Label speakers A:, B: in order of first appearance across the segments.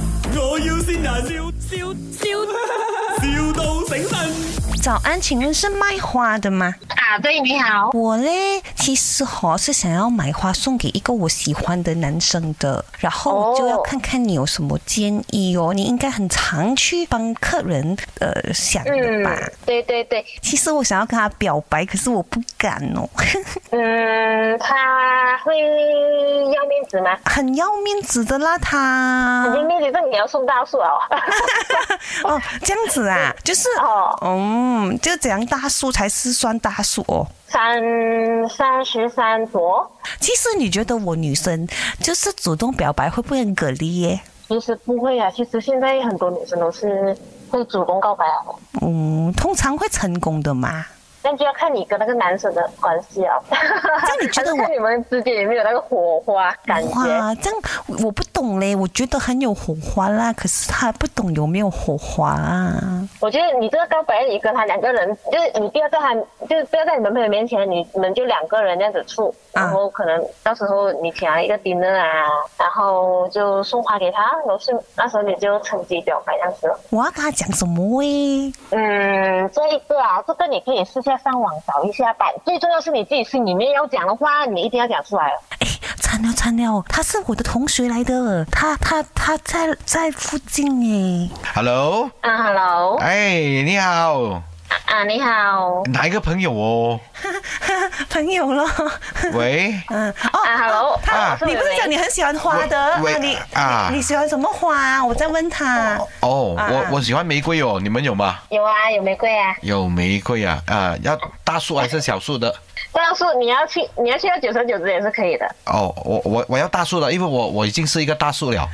A: 要先人，笑笑笑，,笑到醒神。
B: 早安，请问是卖花的吗？
C: 啊，对，你好。
B: 我嘞，其实哈是想要买花送给一个我喜欢的男生的，然后
C: 哦
B: 就要看看你有什么建议哦。你应该很常去帮客人呃想的
C: 嗯
B: 吧？，
C: 对对对，
B: 其实我想要跟他表白，可是我不敢哦，
C: 嗯，他会要面子吗？
B: 很要面子的啦他。
C: 肯定面子，这你要送大 树哦。
B: 哦，这样子啊，就是
C: 哦
B: 嗯，就怎样大叔才是算大叔哦？
C: 三三十三朵，
B: 其实你觉得我女生就是主动表白会不会很给力耶？
C: 其实不会啊，其实现在很多女生都是会主动告白哦。
B: 嗯，通常会成功的嘛。
C: 那就要看你跟那个男生的关系啊。
B: 这样你觉得我
C: 还是看你们之间有没有那个火花感觉？
B: 哇，这样我不懂嘞，我觉得很有火花啦，可是他不懂有没有火花啊。
C: 我觉得你这个告白，你跟他两个人，就是你不要在他，就是不要在你男朋友面前，你们就两个人这样子处，
B: 啊
C: 然后可能到时候你请了一个 dinner 啊，然后就送花给他，然后是那时候你就趁机表白这样子咯。
B: 我要跟他讲什么喂？
C: 嗯，这一个啊，这个你可以私下上网找一下吧。最重要是你自己心里面要讲的话，你一定要讲出来哦。
B: 哎，惨了惨了，他是我的同学来的，他他他在在附近哎，
D: Hello，
C: 啊，hello，
D: 哎，你好，
C: 啊，你好，
D: 哪一个朋友哦？
B: 朋友咯。
D: 喂，
B: 嗯，哦
C: 啊，hello，
B: 他
D: 啊
B: 你不是讲你很喜欢花的啊？
D: 喂
B: 你
D: 啊
B: 你你喜欢什么花？啊我在问他。
D: 哦，
B: 啊
D: 我我喜欢玫瑰哦，你们有吗？
C: 有啊，有玫瑰啊。
D: 有玫瑰啊，啊，要大树还是小树的？
C: 但是你要去，你要去到九十九支也是可以的。
D: 哦，我我我要大树的，因为我我已经是一个大树了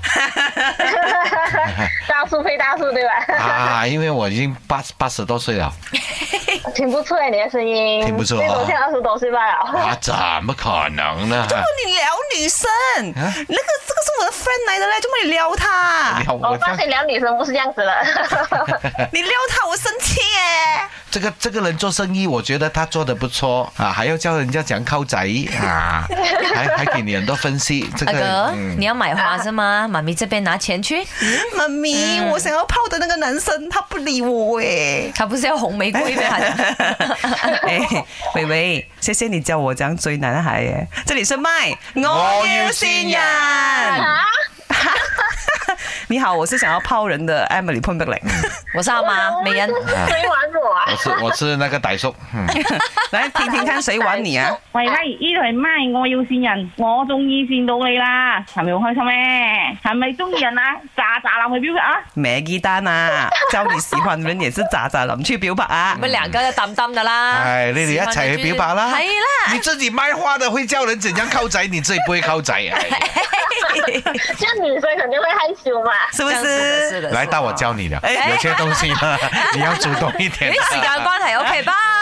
C: 大树配大树，对吧？
D: 啊，因为我已经八八十多岁了
C: 挺不错哎，你的声音，
D: 挺不错啊
C: 最多像二十多岁哦罢了。
D: 啊，怎么可能呢？
B: 哦你聊女生，
D: 啊
B: 那个这个是我的 friend 来的嘞，怎么你撩他
D: 你？好，
C: 我
D: 我
C: 发现聊女生不是这样子了。
B: 你撩他，我生气耶！
D: 这个这个人做生意，我觉得他做的不错啊，还要教人家讲靠仔啊，还还给你很多分析。这
E: 阿
D: 个
E: 哥，
D: 嗯
E: 你要买花是吗？妈咪这边拿钱去，
B: 妈咪，我想要泡的那个男生他不理我哎。
E: 他不是要红玫瑰 咩？
B: 哎，伟伟，谢谢你教我这样追男孩耶。这里是麦，我要新人。
C: 啊，
B: 你好，我是想要泡人的 Emily 潘碧 玲。
E: 我是阿妈，美人。
C: 谁玩啊我啊？
D: 我是我是那个歹叔，嗯，
B: 来听听看谁玩你 啊？
F: 喂，喂，呢度系咪？我要善人，我中意善到你啦，系咪好开心咩？系咪中意人啊？咋咋淋去表白啊？
B: Maggie 丹啊，教你喜欢的人也是渣渣林去表白啊
E: 你。们两个就淡淡的啦，
D: 哎，你哋一齐去表白啦。
E: 系啦，
D: 你自己卖花的会教人怎样靠仔，你自己不会靠仔。哎
C: 这样女生肯定会害羞嘛。
B: 是不
E: 这样子的
B: 是？
E: 是的，
D: 来，
E: 是的
D: 到我教你的，
B: 哎
D: 有些东西呢，你要主动一点
E: 因为。时间关系，OK 吧。